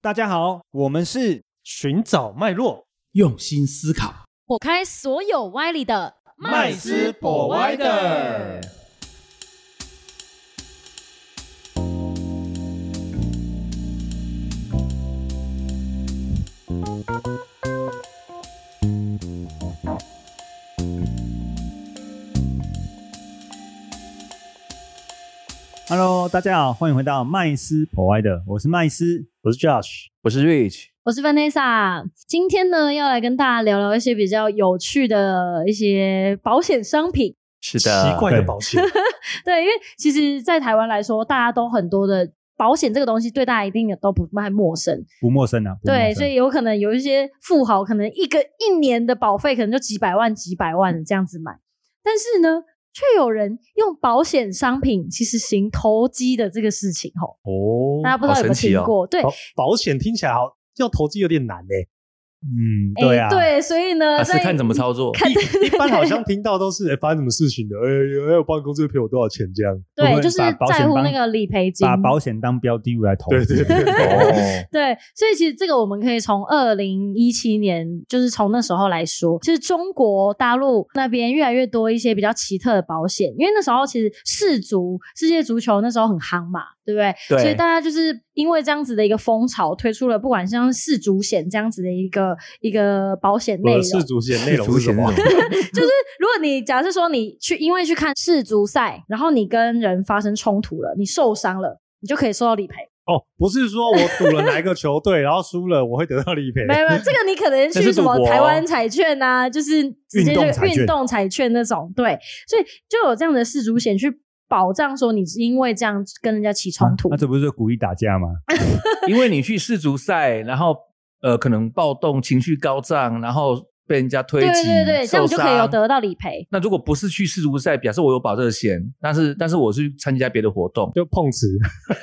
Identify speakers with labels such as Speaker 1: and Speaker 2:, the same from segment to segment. Speaker 1: 大家好，我们是
Speaker 2: 寻找脉络，
Speaker 3: 用心思考。
Speaker 4: 火开所有歪理的
Speaker 2: 麦斯博歪的。
Speaker 1: Hello，大家好，欢迎回到麦斯 Provider，我是麦斯，
Speaker 2: 我是 Josh，
Speaker 5: 我是 Rich，
Speaker 4: 我是 Vanessa，今天呢要来跟大家聊聊一些比较有趣的一些保险商品。
Speaker 5: 是
Speaker 2: 奇怪的
Speaker 1: 对
Speaker 2: 保险，
Speaker 4: 对，因为其实，在台湾来说，大家都很多的保险这个东西，对大家一定也都不太陌生。
Speaker 1: 不陌生啊。不陌
Speaker 4: 对，
Speaker 1: 生
Speaker 4: 所以有可能有一些富豪，可能一个一年的保费可能就几百万、几百万的这样子买，但是呢，却有人用保险商品其实行投机的这个事情吼，
Speaker 2: 哦
Speaker 4: 大家不知道有没有
Speaker 5: 好神奇
Speaker 4: 听
Speaker 5: 哦
Speaker 4: 过？对，
Speaker 2: 保保险听起来好，要投资有点难欸呢。
Speaker 1: 嗯，对啊，
Speaker 4: 哎对，所以呢，
Speaker 5: 他
Speaker 4: 在
Speaker 5: 是看怎么操作，
Speaker 4: 看对
Speaker 2: 一一般好像听到都是哎发生什么事情的，哎哎我保险公司赔我多少钱这样。
Speaker 1: 我
Speaker 4: 对，
Speaker 1: 们
Speaker 4: 就是
Speaker 1: 把保
Speaker 4: 在
Speaker 1: 险
Speaker 4: 乎
Speaker 1: 当
Speaker 4: 那个理赔金，
Speaker 1: 把保险当标的物来投
Speaker 2: 对
Speaker 1: 资。
Speaker 2: 对 对，
Speaker 5: 哦，
Speaker 4: 对，所以其实这个我们可以从二零一七年，就是从那时候来说，其实中国大陆那边越来越多一些比较奇特的保险，因为那时候其实世足、世界足球那时候很夯嘛，对不对？
Speaker 5: 对
Speaker 4: 所以大家就是因为这样子的一个风潮，推出了不管像世足险这样子的一个一个保险内
Speaker 2: 我的
Speaker 4: 容。
Speaker 2: 世足呃险内容
Speaker 5: 足
Speaker 2: 是什
Speaker 5: 险那
Speaker 2: 么？
Speaker 5: 种，
Speaker 4: 如果你假设说你去因为去看世足赛，然后你跟人发生冲突了，你受伤了，你就可以收到理赔。
Speaker 2: 哦，不是说我赌了哪一个球 队，然后输了我会得到理赔。
Speaker 4: 没有没有，这个你可能
Speaker 5: 那
Speaker 4: 去
Speaker 5: 是
Speaker 4: 什
Speaker 5: 赌
Speaker 4: 么
Speaker 5: 博
Speaker 4: 台湾彩券啊，就是直接
Speaker 1: 运
Speaker 4: 就
Speaker 1: 动彩券
Speaker 4: 运动彩券那种，对，所以就有这样的世足险去保障说你是因为这样跟人家起冲突
Speaker 5: 啊
Speaker 1: 那。这不是鼓励打架吗？
Speaker 5: 因为你去世足赛，然后呃可能暴动、情绪高涨，然后被人家推
Speaker 4: 对
Speaker 5: 挤，
Speaker 4: 对对，这样
Speaker 5: 受
Speaker 4: 就可以有
Speaker 5: 伤。
Speaker 4: 得到理赔。
Speaker 5: 那如果不是去世足赛，表示我有保这个险，但是但是我去参加别的活动，
Speaker 2: 就碰瓷，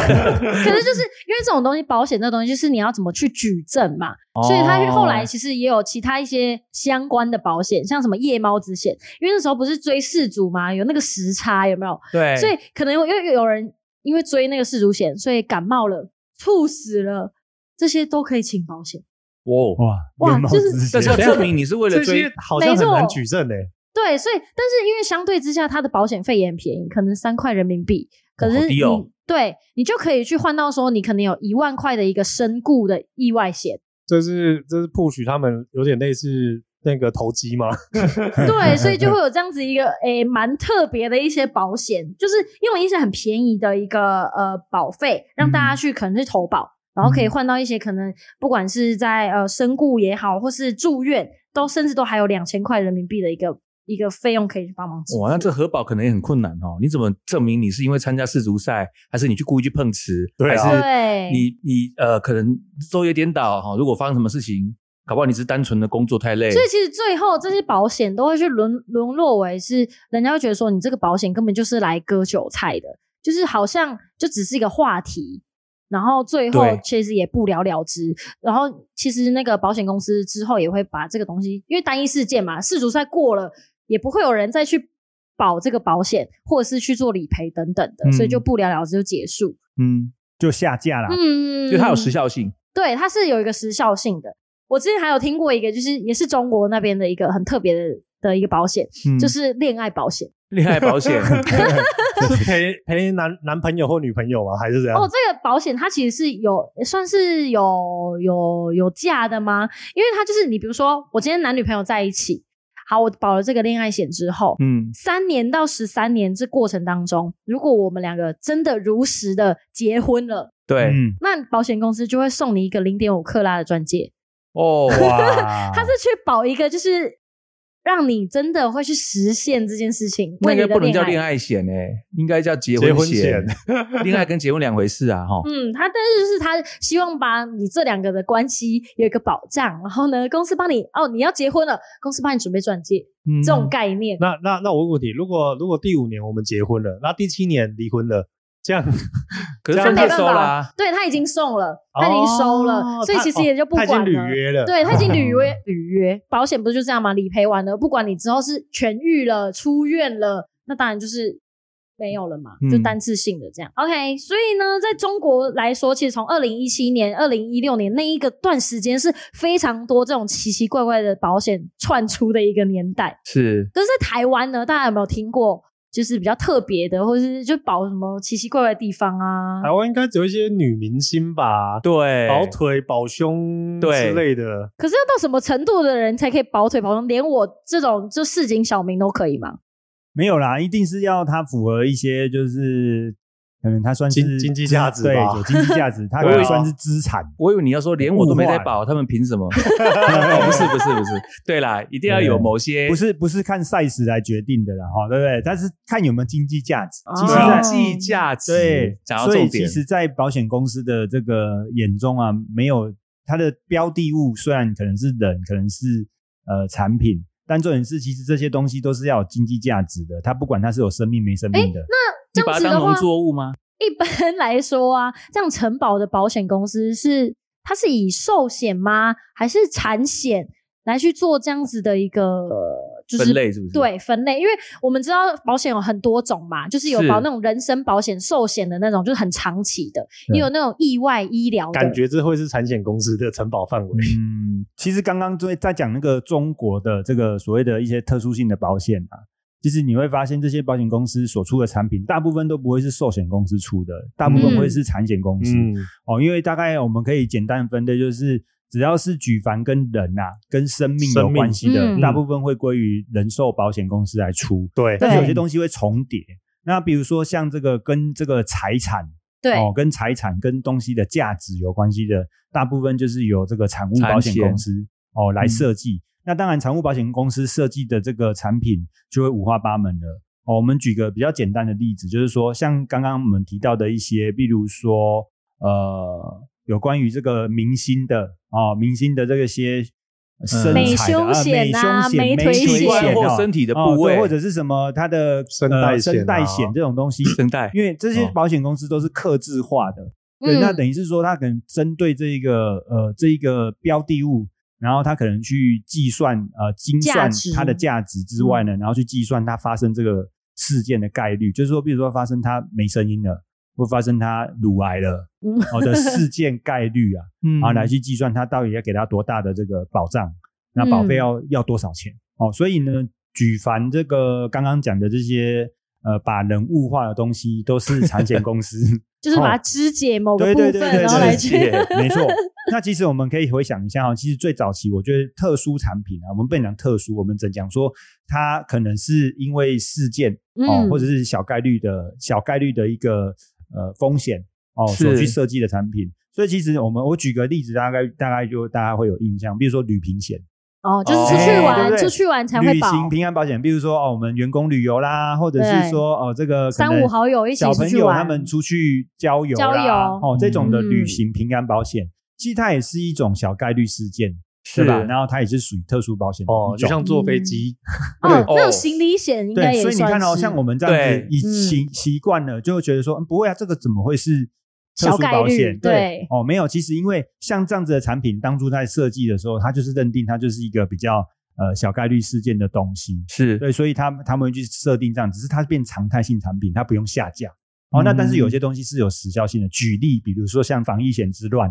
Speaker 4: 可是就是因为这种东西，保险这东西就是你要怎么去举证嘛，所以它
Speaker 5: 哦
Speaker 4: 后来其实也有其他一些相关的保险，像什么夜猫子险，因为那时候不是追世足嘛，有那个时差有没有？
Speaker 5: 对，
Speaker 4: 所以可能因为有人因为追那个世足险，所以感冒了、猝死了，这些都可以请保险。
Speaker 5: 哇，
Speaker 1: 哇，
Speaker 4: 哇
Speaker 1: 眼冒
Speaker 4: 就是
Speaker 1: 之喜
Speaker 5: 但是要证明你是为
Speaker 2: 哦这
Speaker 5: 了
Speaker 2: 些
Speaker 5: 追，
Speaker 2: 好像很难
Speaker 4: 没错
Speaker 2: 举证欸诶。
Speaker 4: 对，所以但是因为相对之下，它的保险费也很便宜，可能三块人民币，可
Speaker 5: 好
Speaker 4: 是你、
Speaker 5: 低哦
Speaker 4: 对你就可以去换到说，你可能有一万块的一个身故的意外险。
Speaker 2: 这是这是 push 他们有点类似那个投 机吗？
Speaker 4: 对，所以就会有这样子一个诶蛮特别的一些保险，就是用一些很便宜的一个呃保费，让大家去可能去投保，
Speaker 5: 嗯
Speaker 4: 然后可以换到一些可能不管是在呃身故也好，或是住院，都甚至都还有两千块人民币的一个一个费用可以去帮忙支付
Speaker 5: 哇，那这核保可能也很困难哦。你怎么证明你是因为参加世足赛，还是你去故意去碰瓷，
Speaker 2: 对
Speaker 5: 还
Speaker 2: 啊
Speaker 5: 是
Speaker 4: 对
Speaker 5: 你你呃，可能昼夜颠倒哈、如果发生什么事情，搞不好你只是单纯的工作太累。
Speaker 4: 所以其实最后这些保险都会去沦沦落为是，人家会觉得说你这个保险根本就是来割韭菜的，就是好像就只是一个话题，然后最后
Speaker 5: 对
Speaker 4: 其实也不了了之。然后其实那个保险公司之后也会把这个东西，因为单一事件嘛，世足赛过了也不会有人再去保这个保险，或者是去做理赔等等的，
Speaker 5: 嗯
Speaker 4: 所以就不了了之就结束。
Speaker 5: 嗯，
Speaker 1: 就下架啦。
Speaker 4: 嗯，
Speaker 5: 就它有时效性，
Speaker 4: 对，它是有一个时效性的。我之前还有听过一个，就是也是中国那边的一个很特别的的一个保险，
Speaker 5: 嗯
Speaker 4: 就是恋爱保险。
Speaker 5: 恋爱保 险
Speaker 2: 是 陪陪男男朋友或女朋友吗？还是怎样？
Speaker 5: 啊
Speaker 4: 哦，这个保险它其实是有算是有有有价的吗？因为它就是你比如说，我今天男女朋友在一起，好，我保了这个恋爱险之后，
Speaker 5: 嗯，
Speaker 4: 三年到十三年这过程当中，如果我们两个真的如实的结婚了，
Speaker 5: 对，
Speaker 1: 嗯，
Speaker 4: 那保险公司就会送你一个零点五克拉的钻戒。
Speaker 5: 哦，
Speaker 4: 嗯
Speaker 1: 哇，
Speaker 4: 他是去保一个，就是让你真的会去实现这件事情。
Speaker 5: 那
Speaker 4: 为
Speaker 5: 应该
Speaker 4: 你的
Speaker 5: 不能叫
Speaker 4: 恋
Speaker 5: 恋爱险哎、应该叫结
Speaker 2: 结
Speaker 5: 婚
Speaker 2: 婚
Speaker 5: 险
Speaker 2: 险。
Speaker 5: 恋爱跟结婚两回事啊，哈、
Speaker 4: 嗯，他但是就是他希望把你这两个的关系有一个保障，然后呢，公司帮你哦，你要结婚了，公司帮你准备钻戒，
Speaker 5: 嗯
Speaker 4: 这种概念。
Speaker 2: 那那那我问问题，如果如果第五年我们结婚了，那第七年离婚了，这 样
Speaker 5: 可是
Speaker 2: 这
Speaker 5: 分
Speaker 2: 样
Speaker 5: 配
Speaker 4: 没办
Speaker 5: 收
Speaker 4: 法
Speaker 5: 啦，
Speaker 4: 对他已经送了，他已经收了，
Speaker 2: 哦
Speaker 4: 所以
Speaker 2: 他
Speaker 4: 其实也就不
Speaker 2: 他
Speaker 4: 管
Speaker 2: 已经
Speaker 4: 了。
Speaker 2: 履约了，
Speaker 4: 对他已经履约， 履约保险不是就这样吗？理赔完了，不管你之后是痊愈了、出院了，那当然就是没有了嘛，
Speaker 5: 嗯
Speaker 4: 就单次性的这样。OK，所以呢，在中国来说，其实从二零一七年、二零一六年那一个段时间是非常多这种奇奇怪怪的保险窜出的一个年代。
Speaker 5: 是
Speaker 4: 可是，在台湾呢，大家有没有听过？就是比较特别的，或者是就保什么奇奇怪怪的地方啊？
Speaker 2: 台湾应该只有一些女明星吧，
Speaker 5: 对
Speaker 2: 保腿、保胸
Speaker 5: 对
Speaker 2: 之类的。
Speaker 4: 可是要到什么程度的人才可以保腿保胸？连我这种就市井小民都可以吗？
Speaker 1: 没有啦，一定是要它符合一些就是可能它算是
Speaker 2: 经经济价值
Speaker 1: 对，
Speaker 2: 吧
Speaker 1: 有经济价 值，它可
Speaker 5: 对
Speaker 1: 能
Speaker 5: 啊
Speaker 1: 算是资产。
Speaker 5: 我以为你要说连我都没在保，他们 凭什么？哦不是不是不是，对啦，一定要有某些
Speaker 1: 不是不是看 size 来决定的啦，哈，对不对？但是看有没有经济价值。
Speaker 4: 哦
Speaker 1: 其实
Speaker 2: 啊
Speaker 1: 在，
Speaker 5: 经济价值。
Speaker 1: 对，
Speaker 5: 讲到
Speaker 1: 所以
Speaker 5: 重
Speaker 1: 其
Speaker 5: 点，
Speaker 1: 实，在保险公司的这个眼中啊，没有它的标的物，虽然可能是人，可能是呃产品，但重点是，其实这些东西都是要有经济价值的。它不管它是有生命没生命的，
Speaker 4: 这
Speaker 5: 你
Speaker 4: 样
Speaker 5: 把它
Speaker 4: 子
Speaker 5: 当
Speaker 4: 的话
Speaker 5: 农，作物吗？
Speaker 4: 一般来说啊，这样承保的保险公司是它是以寿险吗，还是产险来去做这样子的一个呃就是
Speaker 5: 分类是不是？，
Speaker 4: 对分类，因为我们知道保险有很多种嘛，就是有
Speaker 5: 是
Speaker 4: 保那种人身保险、寿险的那种，就是很长期的，
Speaker 1: 对
Speaker 4: 也有那种意外医疗的，
Speaker 2: 感觉这会是产险公司的承保范围。
Speaker 1: 嗯，其实刚刚在在讲那个中国的这个所谓的一些特殊性的保险啊，其实你会发现这些保险公司所出的产品，大部分都不会是寿险公司出的，大部分会是产险公司、
Speaker 2: 嗯，
Speaker 1: 哦，因为大概我们可以简单分类，就是只要是举凡跟人啊、跟生命有
Speaker 2: 生命
Speaker 1: 关系的，
Speaker 4: 嗯
Speaker 1: 大部分会归于人寿保险公司来出，
Speaker 2: 对，
Speaker 1: 但是有
Speaker 4: 对
Speaker 1: 些东西会重叠。那比如说像这个跟这个财产
Speaker 4: 对，
Speaker 1: 哦，跟财产跟东西的价值有关系的，大部分就是由这个产物保险公司哦
Speaker 5: 嗯
Speaker 1: 来设计。那当然，产物保险公司设计的这个产品就会五花八门了。哦，我们举个比较简单的例子，就是说，像刚刚我们提到的一些，比如说，呃，有关于这个明星的哦，明星的这个些身材的、
Speaker 5: 嗯美
Speaker 4: 胸
Speaker 1: 啊
Speaker 4: 险
Speaker 1: 美
Speaker 4: 啊
Speaker 1: 胸险、
Speaker 4: 美
Speaker 1: 美
Speaker 4: 腿
Speaker 1: 腿
Speaker 4: 险
Speaker 1: 险
Speaker 5: 或
Speaker 1: 哦
Speaker 5: 身体的
Speaker 1: 哦
Speaker 5: 部
Speaker 1: 对
Speaker 5: 位
Speaker 1: 或者是什么它的
Speaker 2: 声
Speaker 1: 呃
Speaker 2: 带险
Speaker 1: 声带
Speaker 2: 啊
Speaker 1: 险这种东西，
Speaker 5: 声带
Speaker 1: 因为这些
Speaker 5: 哦
Speaker 1: 保险公司都是刻制化的，对，那
Speaker 4: 嗯
Speaker 1: 等于是说，它可能针对这一个呃这一个标的物，然后它可能去计算呃精
Speaker 4: 价
Speaker 1: 算
Speaker 4: 值嗯
Speaker 1: 它的价值之外呢，然后去计算它发生这个事件的概率，就是说，比如说发生它没声音了，或发生它乳癌了，
Speaker 4: 嗯
Speaker 1: 哦的事件概率 啊，
Speaker 5: 嗯
Speaker 1: 然后来去计算它到底要给它多大的这个保障，那保
Speaker 4: 嗯
Speaker 1: 费要、要多少钱哦。所以呢，举凡这个刚刚讲的这些呃把人物化的东西，都是产险公司
Speaker 4: 就是把它
Speaker 1: 哦
Speaker 4: 肢解某个
Speaker 1: 对
Speaker 4: 部
Speaker 1: 对
Speaker 4: 分，
Speaker 1: 对对
Speaker 4: 然后来去
Speaker 5: 肢 解
Speaker 1: 没错。 那其实我们可以回想一下哦，其实最早期我觉得特殊产品啊，我们不能讲特殊，我们只能讲说它可能是因为事件哦，
Speaker 4: 嗯
Speaker 1: 或者是小概率的小概率的一个呃风险哦
Speaker 5: 是
Speaker 1: 所去设计的产品。所以其实我们我举个例子，大概大概就大家会有印象，比如说旅平险。
Speaker 4: 哦，就是
Speaker 5: 哦
Speaker 4: 出去
Speaker 5: 哎
Speaker 4: 玩，
Speaker 1: 对对对
Speaker 4: 出去玩才会哦
Speaker 1: 旅
Speaker 4: 保。
Speaker 1: 行平安保险，比如说哦，我们员工旅游啦，或者
Speaker 4: 对
Speaker 1: 是说哦，这个可
Speaker 4: 三
Speaker 1: 能
Speaker 4: 五好友一起
Speaker 1: 小朋
Speaker 4: 出去
Speaker 1: 友
Speaker 4: 玩
Speaker 1: 他们出去郊游啦
Speaker 4: 郊游
Speaker 1: 哦，这种的
Speaker 4: 嗯
Speaker 1: 旅行平安保险，其实它也是一种小概率事件，
Speaker 5: 是
Speaker 1: 对吧？然后它也是属于特殊保险的
Speaker 2: 哦，
Speaker 1: 一种。
Speaker 2: 就像坐飞机，
Speaker 4: 哦，
Speaker 5: 对
Speaker 4: 那种
Speaker 5: 哦
Speaker 4: 行李险应该
Speaker 1: 对，
Speaker 4: 也
Speaker 1: 所以你
Speaker 4: 算
Speaker 1: 看哦，
Speaker 4: 是
Speaker 1: 像我们这样子
Speaker 5: 对
Speaker 1: 已
Speaker 4: 嗯
Speaker 1: 习习惯了，就会觉得说，嗯不会啊，这个怎么会是特
Speaker 4: 小
Speaker 1: 殊
Speaker 4: 概
Speaker 1: 保
Speaker 4: 率
Speaker 1: 险？
Speaker 4: 对
Speaker 1: 哦，没有，其实因为像这样子的产品，当初在设计的时候，它就是认定它就是一个比较呃小概率事件的东西，
Speaker 5: 是
Speaker 1: 对，所以他们他们会去设定这样，只是它变常态性产品，它不用下架。哦，那但
Speaker 4: 嗯
Speaker 1: 是有些东西是有时效性的。举例，比如说像防疫险之乱，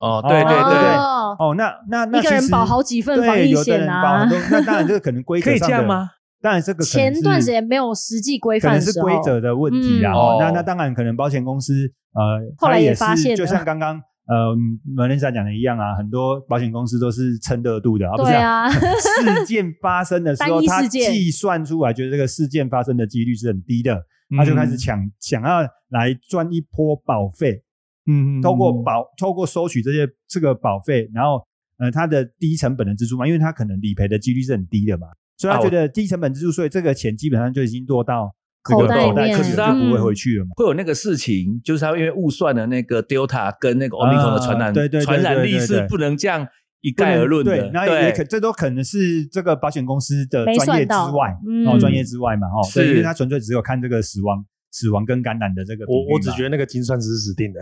Speaker 5: 哦，对对
Speaker 1: 哦
Speaker 5: 对，
Speaker 4: 哦
Speaker 1: 哦，那那那
Speaker 4: 一个
Speaker 1: 其
Speaker 4: 人
Speaker 1: 实
Speaker 4: 保好几份
Speaker 1: 对
Speaker 4: 防疫
Speaker 1: 有的
Speaker 4: 险
Speaker 1: 人保
Speaker 4: 啊
Speaker 1: 很。多那当然这个可能规则
Speaker 5: 可以
Speaker 1: 上
Speaker 5: 这样
Speaker 1: 的
Speaker 5: 吗？
Speaker 1: 当然这个可能
Speaker 4: 前段
Speaker 1: 是
Speaker 4: 时间没有实际规
Speaker 1: 可
Speaker 4: 范
Speaker 1: 能
Speaker 4: 的
Speaker 1: 是
Speaker 4: 时候，
Speaker 1: 规则的问题啦。
Speaker 4: 嗯
Speaker 1: 哦
Speaker 5: 哦，
Speaker 1: 那那当然可能保险公司呃，
Speaker 4: 后来
Speaker 1: 它
Speaker 4: 也
Speaker 1: 也
Speaker 4: 发
Speaker 1: 是
Speaker 4: 现
Speaker 1: 就
Speaker 4: 了
Speaker 1: 像刚刚。呃，马伦莎讲的一样啊，很多保险公司都是蹭热度的，啊，不是
Speaker 4: 对啊
Speaker 1: 事件发生的时候，
Speaker 4: 单一
Speaker 1: 它
Speaker 4: 事件
Speaker 1: 计算出来，觉得这个事件发生的几率是很低的，他
Speaker 5: 嗯
Speaker 1: 就开始抢，想要来赚一波保费，
Speaker 5: 嗯，嗯
Speaker 1: 透过保，透过收取这些这个保费，然后呃，它的低成本的支出嘛，因为它可能理赔的几率是很低的嘛，所以他
Speaker 5: 啊
Speaker 1: 觉
Speaker 5: 我
Speaker 1: 得低成本支出，所以这个钱基本上就已经落到这
Speaker 4: 口
Speaker 1: 个
Speaker 4: 袋
Speaker 1: 口袋
Speaker 4: 里面啊
Speaker 1: 去了，就不会回去了嘛。
Speaker 5: 会有那个事情，就是他因为误算了那个 Delta 跟那个 Omicron 的传染、
Speaker 1: 啊对对对
Speaker 5: 传染力
Speaker 1: 对对对
Speaker 5: 是不能这样一概而论的
Speaker 1: 对，，那也可这都可能是这个保险公司的
Speaker 4: 没
Speaker 1: 专业
Speaker 4: 算
Speaker 1: 之
Speaker 4: 到
Speaker 1: 外，
Speaker 4: 嗯
Speaker 2: 嗯
Speaker 1: 哦，专业之外嘛，哦，
Speaker 5: 是
Speaker 1: 对，因为他纯粹只有看这个死亡死亡跟感染的这个比
Speaker 2: 我
Speaker 1: 率
Speaker 2: 我只
Speaker 1: 嘛
Speaker 2: 觉得那个精算师是死定 的。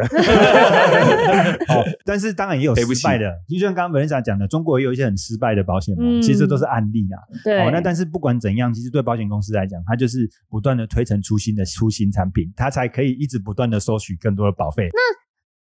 Speaker 1: 哦，但是当然也有
Speaker 5: 赔不
Speaker 1: 失败
Speaker 5: 起
Speaker 1: 的，就像刚刚 Vanessa 讲的，中国也有一些很失败的保险嘛，
Speaker 4: 嗯
Speaker 1: 其实这都是案例啦。
Speaker 4: 对，
Speaker 1: 哦，那但是不管怎样，其实对保险公司来讲，它就是不断的推陈出新的出新产品，它才可以一直不断的收取更多的保费。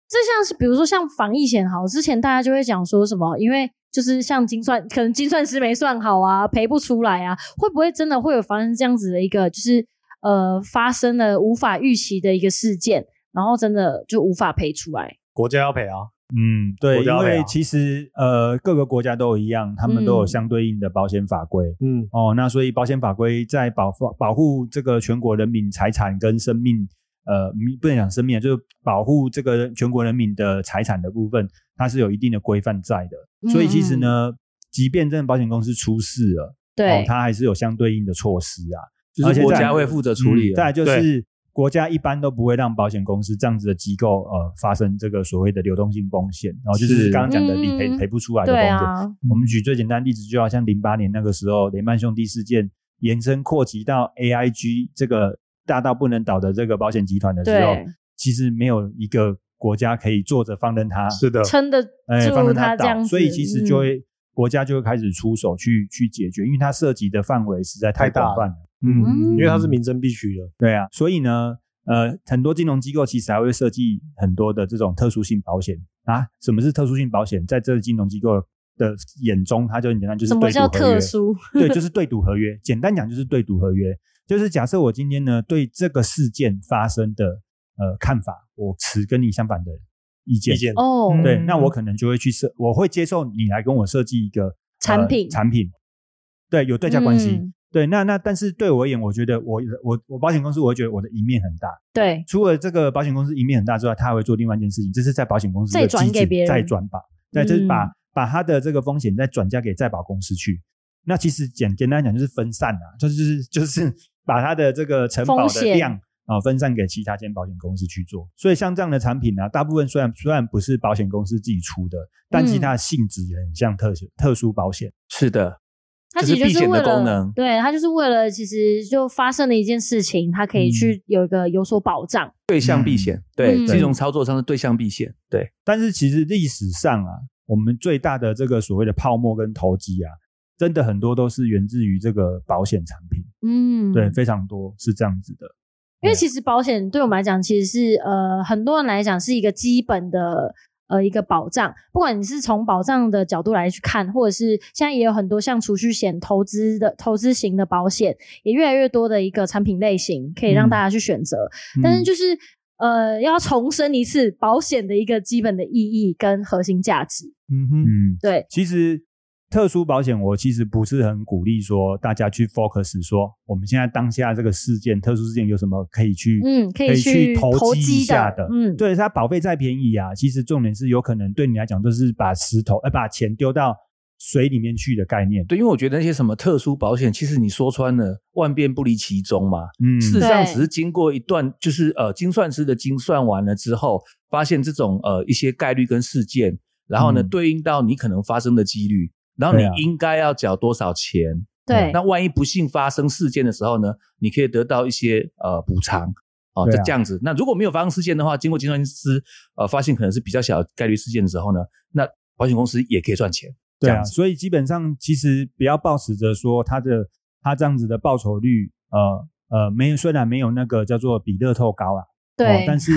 Speaker 4: 这像是比如说像防疫险好，之前大家就会讲说什么，因为就是像精算，可能精算师没算好啊，赔不出来啊，会不会真的会有发生这样子的一个，就是呃发生了无法预期的一个事件，然后真的就无法赔出来？
Speaker 2: 国家要赔 啊，
Speaker 1: 嗯，对，
Speaker 2: 国
Speaker 1: 因
Speaker 2: 家会啊
Speaker 1: 为其实呃各个国家都一样，他们都有
Speaker 4: 嗯
Speaker 1: 相对应的保险法规。
Speaker 2: 嗯，
Speaker 1: 哦，那所以保险法规在保保护这个全国人民财产跟生命，呃，嗯不能讲生命啊，就是保护这个全国人民的财产的部分，它是有一定的规范在
Speaker 4: 嗯
Speaker 1: 的。所以其实呢，即便真的保险公司出事了，哦
Speaker 4: 对，，
Speaker 1: 它还是有相对应的措施啊，
Speaker 5: 就
Speaker 1: 而且
Speaker 5: 是国
Speaker 1: 再来
Speaker 5: 家会负责处
Speaker 1: 嗯
Speaker 5: 理的。
Speaker 1: 再来就
Speaker 2: 对
Speaker 1: 是。国家一般都不会让保险公司这样子的机构呃发生这个所谓的流动性风险，然、后就是
Speaker 5: 是
Speaker 1: 刚刚讲的理赔
Speaker 4: 嗯
Speaker 1: 赔不出来的风
Speaker 4: 对
Speaker 1: 险。
Speaker 4: 啊，
Speaker 1: 我们举最简单的例子，就好像零八年那个时候，雷曼兄弟事件延伸扩及到 AIG 这个大到不能倒的这个保险集团的时候
Speaker 4: 对，
Speaker 1: 其实没有一个国家可以坐着放任它，
Speaker 2: 是的，
Speaker 4: 撑得
Speaker 1: 哎，放
Speaker 4: 住
Speaker 1: 任它
Speaker 4: 这样
Speaker 1: 倒，
Speaker 4: 子，
Speaker 1: 所以其实就
Speaker 4: 嗯
Speaker 1: 会、国家就会开始出手去去解决，因为它涉及的范围实在太
Speaker 2: 太大
Speaker 1: 广
Speaker 2: 了
Speaker 1: 泛了。
Speaker 4: 嗯
Speaker 2: 因为它是民生必须的。
Speaker 1: 对啊，所以呢，呃，很多金融机构其实还会设计很多的这种特殊性保险啊。什么是特殊性保险？在这个金融机构的眼中，它就很简单，就是
Speaker 4: 什么
Speaker 1: 对赌
Speaker 4: 叫
Speaker 1: 合约。
Speaker 4: 特殊？
Speaker 1: 对，就是对赌合约。简单讲就是对赌合约，就是假设我今天呢对这个事件发生的呃看法，我持跟你相反的意见。
Speaker 2: 意见
Speaker 4: 哦，
Speaker 5: 嗯
Speaker 1: 对，那我可能就会去设，我会接受你来跟我设计一个呃
Speaker 4: 产品
Speaker 1: 产品，对，有对价关系。
Speaker 4: 嗯
Speaker 1: 对，那那但是对我而言，我觉得我我我保险公司，我会觉得我的赢面很大。
Speaker 4: 对，
Speaker 1: 除了这个保险公司赢面很大之外，他还会做另外一件事情，这是在保险公司的
Speaker 4: 再转
Speaker 1: 机制
Speaker 4: 给别人
Speaker 1: 再转把，对，就是把、
Speaker 4: 嗯
Speaker 1: 把他的这个风险再转嫁给再保公司去。那其实简简单讲就是分散啊，就是就是就是把他的这个承保
Speaker 4: 风
Speaker 1: 的
Speaker 4: 险
Speaker 1: 量啊、分散给其他间保险公司去做。所以像这样的产品呢、啊，大部分虽然虽然不是保险公司自己出的，但其实它的性质也很像特殊特殊保险。
Speaker 5: 是的，
Speaker 4: 它
Speaker 5: 就
Speaker 4: 其
Speaker 5: 是
Speaker 4: 实就
Speaker 5: 避
Speaker 4: 是
Speaker 5: 险的
Speaker 4: 为
Speaker 5: 功
Speaker 4: 了
Speaker 5: 能，
Speaker 4: 对，它就是为了其实就发生了一件事情，它
Speaker 1: 嗯
Speaker 4: 可以去有一个有所保障。
Speaker 5: 对象避险，对
Speaker 4: 嗯
Speaker 5: 金融操作上是对象避险，对，
Speaker 1: 但是其实历史上啊，我们最大的这个所谓的泡沫跟投机啊，真的很多都是源自于这个保险产品。
Speaker 4: 嗯，
Speaker 1: 对，非常多是这样子的。
Speaker 4: 因为其实保险对我们来讲，其实是呃很多人来讲是一个基本的呃一个保障，不管你是从保障的角度来去看，或者是现在也有很多像储蓄险、投资的投资型的保险，也越来越多的一个产品类型可以让
Speaker 1: 嗯
Speaker 4: 大家去选择。但是就是呃要重申一次保险的一个基本的意义跟核心价值。
Speaker 2: 嗯哼，
Speaker 1: 嗯，
Speaker 4: 对，
Speaker 1: 其实特殊保险我其实不是很鼓励说大家去 focus 说我们现在当下这个事件特殊事件有什么可以去
Speaker 4: 嗯可以
Speaker 1: 去
Speaker 4: 去投
Speaker 1: 机
Speaker 4: 机
Speaker 1: 一下
Speaker 4: 的嗯
Speaker 1: 对，它保费再便宜啊，其实重点是有可能对你来讲都是把石头呃把钱丢到水里面去的概念。
Speaker 5: 对，因为我觉得那些什么特殊保险，其实你说穿了，万变不离其宗嘛。
Speaker 1: 嗯，
Speaker 5: 事实上，
Speaker 4: 对
Speaker 5: 只是经过一段，就是呃，精算师的精算完了之后，发现这种呃一些概率跟事件，然后呢，
Speaker 1: 嗯
Speaker 5: 对应到你可能发生的几率，然后你
Speaker 1: 对啊
Speaker 5: 应该要缴多少钱。
Speaker 4: 对
Speaker 1: 哦
Speaker 5: 那万一不幸发生事件的时候呢，你可以得到一些呃补偿。哦，
Speaker 1: 对
Speaker 5: 这
Speaker 1: 啊
Speaker 5: 这样子。那如果没有发生事件的话，经过精算师呃发现可能是比较小的概率事件的时候呢，那保险公司也可以赚钱。
Speaker 1: 对
Speaker 5: 这
Speaker 1: 啊，
Speaker 5: 样子
Speaker 1: 所以基本上其实不要抱持着说它的它这样子的报酬率，呃呃，没有虽然没有那个叫做比乐透高啊，哦
Speaker 4: 对，，
Speaker 1: 但 是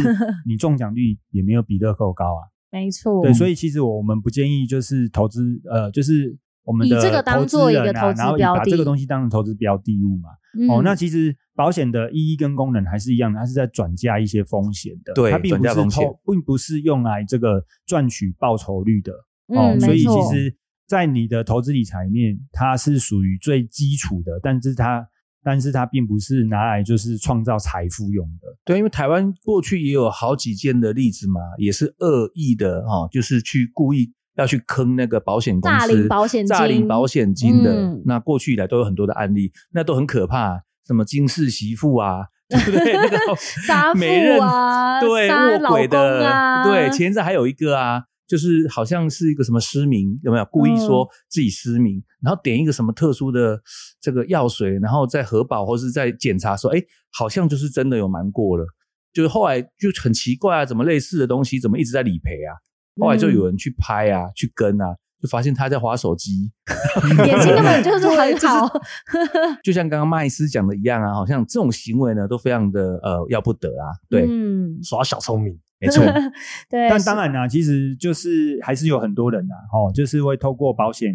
Speaker 1: 你中奖率也没有比乐透高啊。
Speaker 4: 没错，
Speaker 1: 对，所以其实我们不建议就是投资，呃，就是我们
Speaker 4: 以
Speaker 1: 的
Speaker 4: 这个当
Speaker 1: 投资
Speaker 4: 做一
Speaker 1: 人
Speaker 4: 个
Speaker 1: 啊
Speaker 4: 投资
Speaker 1: 然后以
Speaker 4: 标
Speaker 1: 把这
Speaker 4: 的
Speaker 1: 个东西当成投资标的物嘛。哦，
Speaker 4: 嗯
Speaker 1: 那其实保险的意义跟功能还是一样的，它是在转嫁一些风险的，
Speaker 5: 对
Speaker 1: 它并
Speaker 5: 转
Speaker 1: 不
Speaker 5: 嫁
Speaker 1: 是
Speaker 5: 风险
Speaker 1: 投，并不是用来这个赚取报酬率的。哦，
Speaker 4: 嗯，
Speaker 1: 所以
Speaker 4: 没
Speaker 1: 其
Speaker 4: 错
Speaker 1: 实，在你的投资理财里面，它是属于最基础的，但是它，但是它并不是拿来就是创造财富用的。
Speaker 5: 对，啊因为台湾过去也有好几件的例子嘛，也是恶意的哈、哦，就是去故意要去坑那个保险公司，
Speaker 4: 诈领保险金
Speaker 5: 诈领保险金的。
Speaker 4: 嗯
Speaker 5: 那过去以来 都有很多的案例，那都很可怕，什么金氏媳妇啊，对不对？ 那个
Speaker 4: 杀
Speaker 5: 每任
Speaker 4: 父啊
Speaker 5: 对
Speaker 4: 杀
Speaker 5: 卧轨的，
Speaker 4: 老公啊
Speaker 5: 对，前一阵还有一个啊，就是好像是一个什么失明，有没有故
Speaker 4: 嗯
Speaker 5: 意说自己失明，然后点一个什么特殊的这个药水，然后在核保或是在检查说，哎，好像就是真的有瞒过了。就是后来就很奇怪啊，怎么类似的东西怎么一直在理赔啊？后来就有人去拍啊，去跟啊，就发现他在划手机，
Speaker 4: 眼睛根本就是很好，
Speaker 5: 就像刚刚麦斯讲的一样啊，好像这种行为呢都非常的呃要不得啊，对，
Speaker 4: 嗯，
Speaker 2: 耍小聪明，
Speaker 1: 嗯
Speaker 5: 没错，
Speaker 4: 对。
Speaker 1: 但当然啦、其实就是还是有很多人呐、哦，就是会透过保险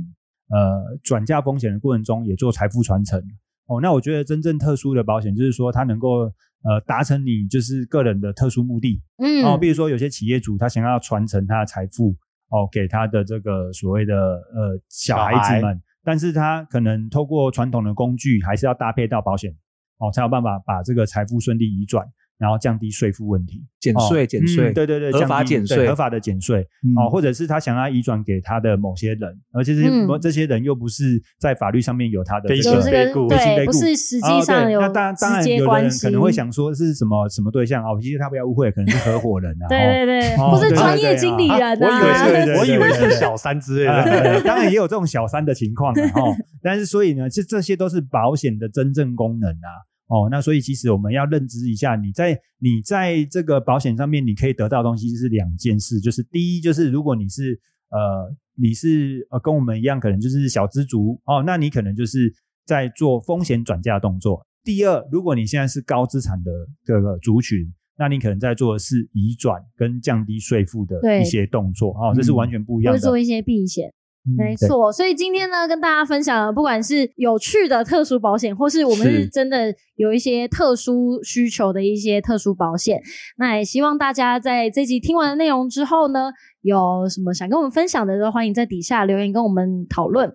Speaker 1: 呃转嫁风险的过程中，也做财富传承。哦，那我觉得真正特殊的保险，就是说它能够呃达成你就是个人的特殊目的。
Speaker 4: 嗯，
Speaker 1: 哦，比如说有些企业主他想要传承他的财富，哦，给他的这个所谓的呃小
Speaker 2: 小
Speaker 1: 孩子
Speaker 2: 孩
Speaker 1: 们，但是他可能透过传统的工具，还是要搭配到保险，哦，才有办法把这个财富顺利移转，然后降低税负问题，
Speaker 5: 减
Speaker 1: 哦
Speaker 5: 税减税，
Speaker 1: 嗯对对对，
Speaker 5: 合法
Speaker 1: 降低
Speaker 5: 减
Speaker 1: 对
Speaker 5: 税
Speaker 1: 合法的减税，
Speaker 5: 嗯
Speaker 2: 啊
Speaker 1: 哦，或者是他想要移转给他的某些人，而且这些、
Speaker 4: 嗯
Speaker 1: 这些人又不是在法律上面有他的
Speaker 2: 非
Speaker 1: 这
Speaker 2: 亲
Speaker 4: 有
Speaker 1: 个
Speaker 4: 这
Speaker 2: 非
Speaker 4: 个
Speaker 2: 故
Speaker 1: 非亲
Speaker 4: 对，
Speaker 1: 非
Speaker 4: 不
Speaker 1: 故
Speaker 4: 是实
Speaker 1: 哦
Speaker 4: 际上
Speaker 1: 对
Speaker 4: 有
Speaker 1: 那当然，当
Speaker 4: 直
Speaker 1: 然
Speaker 4: 接
Speaker 1: 有的
Speaker 4: 关
Speaker 1: 人
Speaker 4: 系，
Speaker 1: 可能会想说是什么什么对象哦，其实他不要误会，可能是合伙人啊。
Speaker 4: 对对对，
Speaker 1: 哦
Speaker 4: 或是
Speaker 1: 对
Speaker 4: 专
Speaker 1: 对
Speaker 4: 业
Speaker 1: 对
Speaker 4: 经理
Speaker 1: 啊
Speaker 4: 人
Speaker 2: 我以为
Speaker 1: 对对对
Speaker 2: 是，
Speaker 1: 对
Speaker 2: 我以为是小三之 类
Speaker 1: 哦啊
Speaker 2: 的，
Speaker 1: 对当然也有这种小三的情况啊，哦， 但是所以呢，这这些都是保险的真正功能啊，哦，那所以其实我们要认知一下，你在你在这个保险上面，你可以得到的东西就是两件事，就是第一就是如果你是呃你是呃跟我们一样，可能就是小资族哦，那你可能就是在做风险转嫁的动作。第二，如果你现在是高资产的这个族群，那你可能在做的是移转跟降低税负的
Speaker 4: 对
Speaker 1: 一些动作哦，这是
Speaker 5: 嗯
Speaker 1: 完全不一样
Speaker 4: 会
Speaker 1: 的。
Speaker 4: 做一些避险。
Speaker 1: 嗯
Speaker 4: 没
Speaker 1: 对
Speaker 4: 错，所以今天呢，跟大家分享，不管是有趣的特殊保险，或是我们
Speaker 5: 是
Speaker 4: 是真的有一些特殊需求的一些特殊保险，那也希望大家在这集听完的内容之后呢，有什么想跟我们分享的，都欢迎在底下留言跟我们讨论。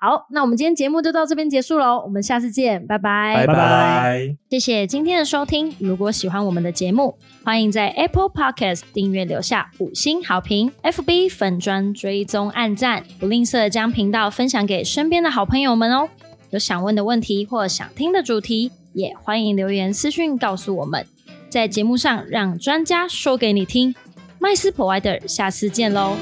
Speaker 4: 好，那我们今天节目就到这边结束喽，我们下次见，拜拜，
Speaker 5: 拜
Speaker 1: 拜
Speaker 5: 拜。
Speaker 4: 谢谢今天的收听。如果喜欢我们的节目，欢迎在 Apple Podcast 订阅留下五星好评，FB 粉砖追踪按赞，不吝啬将频道分享给身边的好朋友们哦。有想问的问题或想听的主题，也欢迎留言私讯告诉我们，在节目上让专家说给你听。麦斯 Provider，下次见喽。